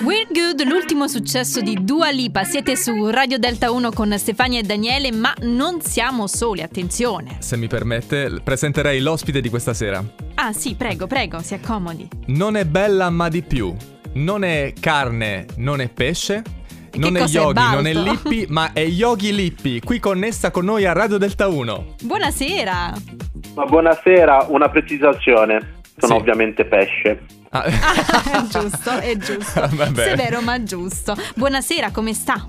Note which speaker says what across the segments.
Speaker 1: Road, l'ultimo successo di Dua Lipa. Siete su Radio Delta 1 con Stefania e Daniele, ma non siamo soli, attenzione.
Speaker 2: Se mi permette, presenterei l'ospite di questa sera.
Speaker 1: Ah sì, prego, prego, si accomodi.
Speaker 2: Non è bella ma di più. Non è carne, non è pesce. Non è
Speaker 1: cos'è,
Speaker 2: Yogi,
Speaker 1: Balto?
Speaker 2: non è Lippi, ma è Yogi Lippi, qui connessa con noi a Radio Delta 1.
Speaker 1: Buonasera.
Speaker 3: Ma buonasera, una precisazione. Sono
Speaker 2: Sì.
Speaker 3: ovviamente pesce.
Speaker 2: Ah,
Speaker 1: Ah, giusto, è giusto.
Speaker 2: Ah, vabbè.
Speaker 1: Severo ma giusto. Buonasera, come sta?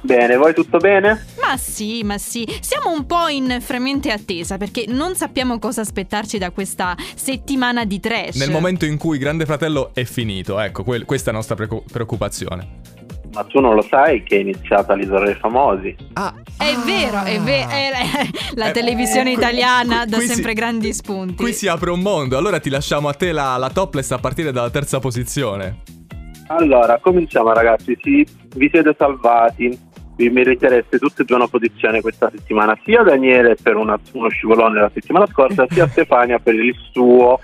Speaker 3: Bene, voi tutto bene?
Speaker 1: Ma sì, ma sì, siamo un po' in fremente attesa perché non sappiamo cosa aspettarci da questa settimana di trash.
Speaker 2: Nel momento in cui Grande Fratello è finito, ecco, quel- questa è la nostra preco- preoccupazione.
Speaker 3: Ma tu non lo sai che è iniziata l'isola dei famosi?
Speaker 2: Ah,
Speaker 1: È vero, è vero, la
Speaker 2: Eh,
Speaker 1: televisione
Speaker 2: qui-
Speaker 1: italiana
Speaker 2: qui-
Speaker 1: dà
Speaker 2: qui si-
Speaker 1: sempre grandi spunti.
Speaker 2: Qui si apre un mondo, allora ti lasciamo a te la, la topless a partire dalla terza posizione.
Speaker 3: Allora, cominciamo ragazzi, Sì, vi siete salvati, vi meritereste tutti e due una posizione questa settimana, sia Daniele per una- uno scivolone la settimana scorsa, sia Stefania per il suo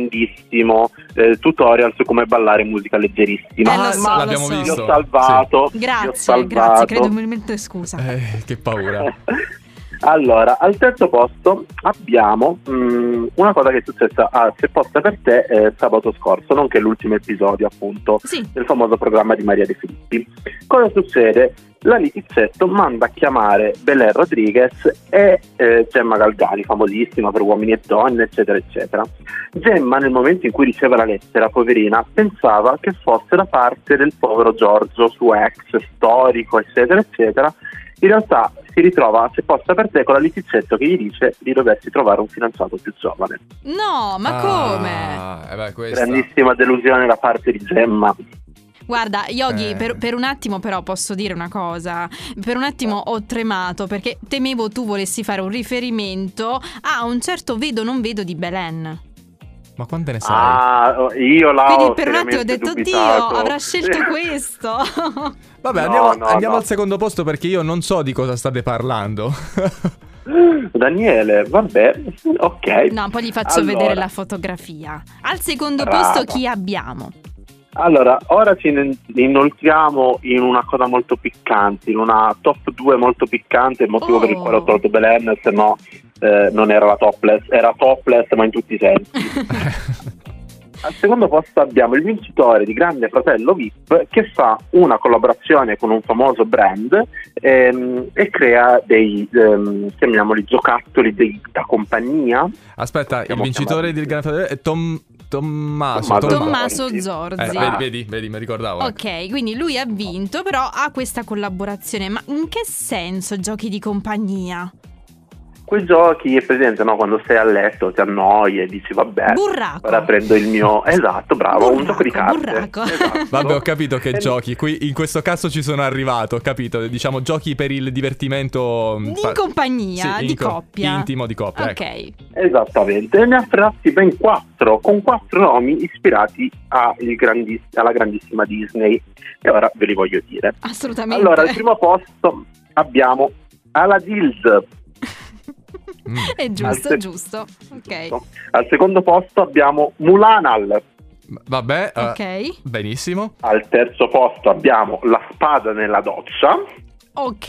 Speaker 3: grandissimo eh, tutorial su come ballare musica leggerissima.
Speaker 1: Eh, lo
Speaker 2: Ah,
Speaker 1: so,
Speaker 2: ma
Speaker 1: lo
Speaker 2: l'abbiamo
Speaker 1: so.
Speaker 3: Vi
Speaker 2: visto.
Speaker 3: ho salvato, vi ho
Speaker 1: Grazie, grazie,
Speaker 3: salvato.
Speaker 1: credo mi metto scusa.
Speaker 2: Sì. Eh, che paura.
Speaker 3: Allora, al terzo posto abbiamo mm, una cosa che è successa a Se Posta per Te eh, sabato scorso, nonché l'ultimo episodio appunto
Speaker 1: Sì,
Speaker 3: del famoso programma di Maria De Filippi. Cosa succede? La Litizzetto manda a chiamare Belen Rodriguez e eh, Gemma Galgani, famosissima per uomini e donne, eccetera, eccetera. Gemma, nel momento in cui riceve la lettera, poverina, pensava che fosse da parte del povero Giorgio, suo ex storico, eccetera, eccetera. In realtà si ritrova, se posta per te, con la Litizzetto che gli dice di doversi trovare un fidanzato più giovane.
Speaker 1: no, ma
Speaker 2: Ah,
Speaker 1: come?
Speaker 2: eh beh, questa.
Speaker 3: Grandissima delusione da parte di Gemma.
Speaker 1: Guarda, Yogi,
Speaker 2: Eh.
Speaker 1: per, per un attimo però posso dire una cosa. Per un attimo ho tremato perché temevo tu volessi fare un riferimento a un certo vedo non vedo di Belen.
Speaker 2: Ma quante ne sai?
Speaker 3: Ah, io la
Speaker 1: Quindi
Speaker 3: Ah, ho
Speaker 1: per un attimo ho
Speaker 3: seriamente
Speaker 1: detto,
Speaker 3: dubitato.
Speaker 1: Dio, avrà scelto questo.
Speaker 2: Vabbè,
Speaker 3: no,
Speaker 2: andiamo,
Speaker 3: no,
Speaker 2: andiamo
Speaker 3: no.
Speaker 2: al secondo posto perché io non so di cosa state parlando.
Speaker 3: Daniele, vabbè, ok.
Speaker 1: no, poi gli faccio
Speaker 3: Allora.
Speaker 1: vedere la fotografia. Al secondo
Speaker 3: Brava.
Speaker 1: posto chi abbiamo?
Speaker 3: Allora, ora ci in- inoltriamo in una cosa molto piccante, in una top 2 molto piccante, il motivo
Speaker 1: Oh.
Speaker 3: per il quale ho tolto Belen, se no eh, non era la topless, era topless ma in tutti i sensi. Al secondo posto abbiamo il vincitore di Grande Fratello VIP che fa una collaborazione con un famoso brand ehm, e crea dei, ehm, chiamiamoli, giocattoli dei- da compagnia.
Speaker 2: Aspetta, il
Speaker 3: Possiamo
Speaker 2: vincitore
Speaker 3: chiamarlo.
Speaker 2: del Gran Fratello è Tom, Tommaso.
Speaker 3: Tommaso.
Speaker 2: Ah, Tommaso.
Speaker 1: Tommaso
Speaker 3: Zorzi.
Speaker 1: Zorzi.
Speaker 2: Eh, vedi,
Speaker 3: Ah.
Speaker 2: vedi, vedi, mi ricordavo. ecco.
Speaker 1: Ok, quindi lui ha vinto, però ha questa collaborazione. Ma in che senso giochi di compagnia?
Speaker 2: Ah.
Speaker 3: Quei giochi è presente no? quando sei a letto, ti annoi e dici vabbè,
Speaker 1: Burraco.
Speaker 3: Eh, ora prendo il mio... Esatto, bravo, un
Speaker 1: Burraco,
Speaker 3: gioco di carte.
Speaker 1: burraco.
Speaker 3: Esatto.
Speaker 2: Vabbè, ho capito che
Speaker 3: Eh,
Speaker 2: giochi. Qui in questo caso ci sono arrivato, ho capito. Diciamo giochi per il divertimento. mh,
Speaker 1: In
Speaker 2: fa-
Speaker 1: compagnia,
Speaker 2: Mm, Sì,
Speaker 1: di
Speaker 2: in co-
Speaker 1: coppia.
Speaker 2: Intimo di coppia.
Speaker 1: Ok.
Speaker 2: ecco.
Speaker 3: Esattamente, e ne ha fratti ben quattro, con quattro nomi ispirati a il grandi- alla grandissima Disney. E ora ve li voglio dire.
Speaker 1: Assolutamente.
Speaker 3: Allora, al primo posto abbiamo Aladild.
Speaker 2: Mm.
Speaker 1: È giusto,
Speaker 3: Al se-
Speaker 1: giusto. Ok.
Speaker 3: Al secondo posto abbiamo Mulanal.
Speaker 2: Vabbè, eh,
Speaker 1: Ok.
Speaker 2: benissimo.
Speaker 3: Al terzo posto abbiamo La spada nella doccia.
Speaker 1: Ok.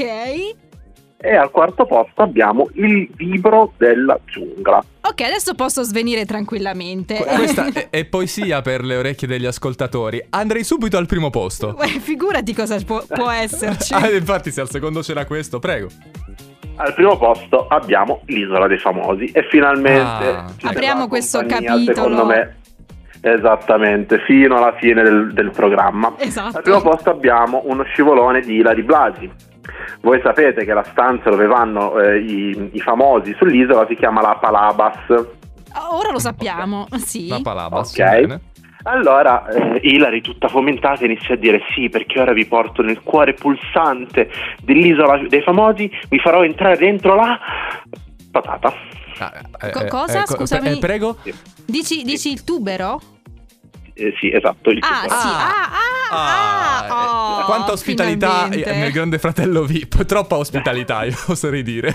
Speaker 3: E al quarto posto abbiamo Il vibro della giungla.
Speaker 1: Ok, adesso posso svenire tranquillamente.
Speaker 2: Que- Questa è, è poesia per le orecchie degli ascoltatori. Andrei subito al primo posto.
Speaker 1: Eh, Figurati cosa può, può esserci.
Speaker 2: Ah, infatti, se al secondo c'era questo, prego.
Speaker 3: Al primo posto abbiamo l'isola dei famosi e finalmente
Speaker 2: Ah.
Speaker 3: ci
Speaker 1: Apriamo
Speaker 3: sarà
Speaker 1: questo
Speaker 3: compagnia,
Speaker 1: capitolo.
Speaker 3: Secondo me esattamente fino alla fine del, del programma.
Speaker 1: Esatto.
Speaker 3: Al primo posto abbiamo uno scivolone di Ilari Blasi. Voi sapete che la stanza dove vanno eh, i, i famosi sull'isola si chiama la Palabas.
Speaker 1: Ah, Ora lo sappiamo, sì.
Speaker 2: La palabra. sì,
Speaker 3: Ok.
Speaker 2: bene.
Speaker 3: Allora eh, Ilari, tutta fomentata, inizia a dire sì, perché ora vi porto nel cuore pulsante dell'isola dei famosi, vi farò entrare dentro la patata.
Speaker 2: Ah, eh,
Speaker 1: Co-
Speaker 2: eh,
Speaker 1: cosa?
Speaker 2: eh, co-
Speaker 1: Scusami.
Speaker 2: eh, prego.
Speaker 1: Dici, dici il tubero?
Speaker 3: Eh, sì, esatto. Il
Speaker 1: Ah,
Speaker 3: tubero.
Speaker 1: sì. Ah, ah, ah,
Speaker 2: Ah, eh,
Speaker 1: oh,
Speaker 2: quanta ospitalità
Speaker 1: finalmente.
Speaker 2: eh, nel Grande Fratello VIP. Troppa ospitalità, io oserei dire.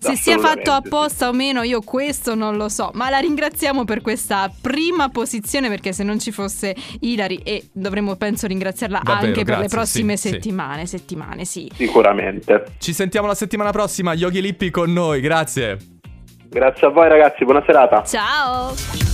Speaker 1: Se sia fatto
Speaker 3: assolutamente, sì.
Speaker 1: apposta o meno, io questo non lo so. Ma la ringraziamo per questa prima posizione, perché se non ci fosse Ilari, e dovremmo penso ringraziarla
Speaker 2: Davvero,
Speaker 1: anche per le
Speaker 2: grazie,
Speaker 1: prossime
Speaker 2: sì, sì.
Speaker 1: settimane. Settimane, sì.
Speaker 3: Sicuramente.
Speaker 2: Ci sentiamo la settimana prossima, Yogi Lippi con noi, grazie.
Speaker 3: Grazie a voi ragazzi, buona serata.
Speaker 1: Ciao!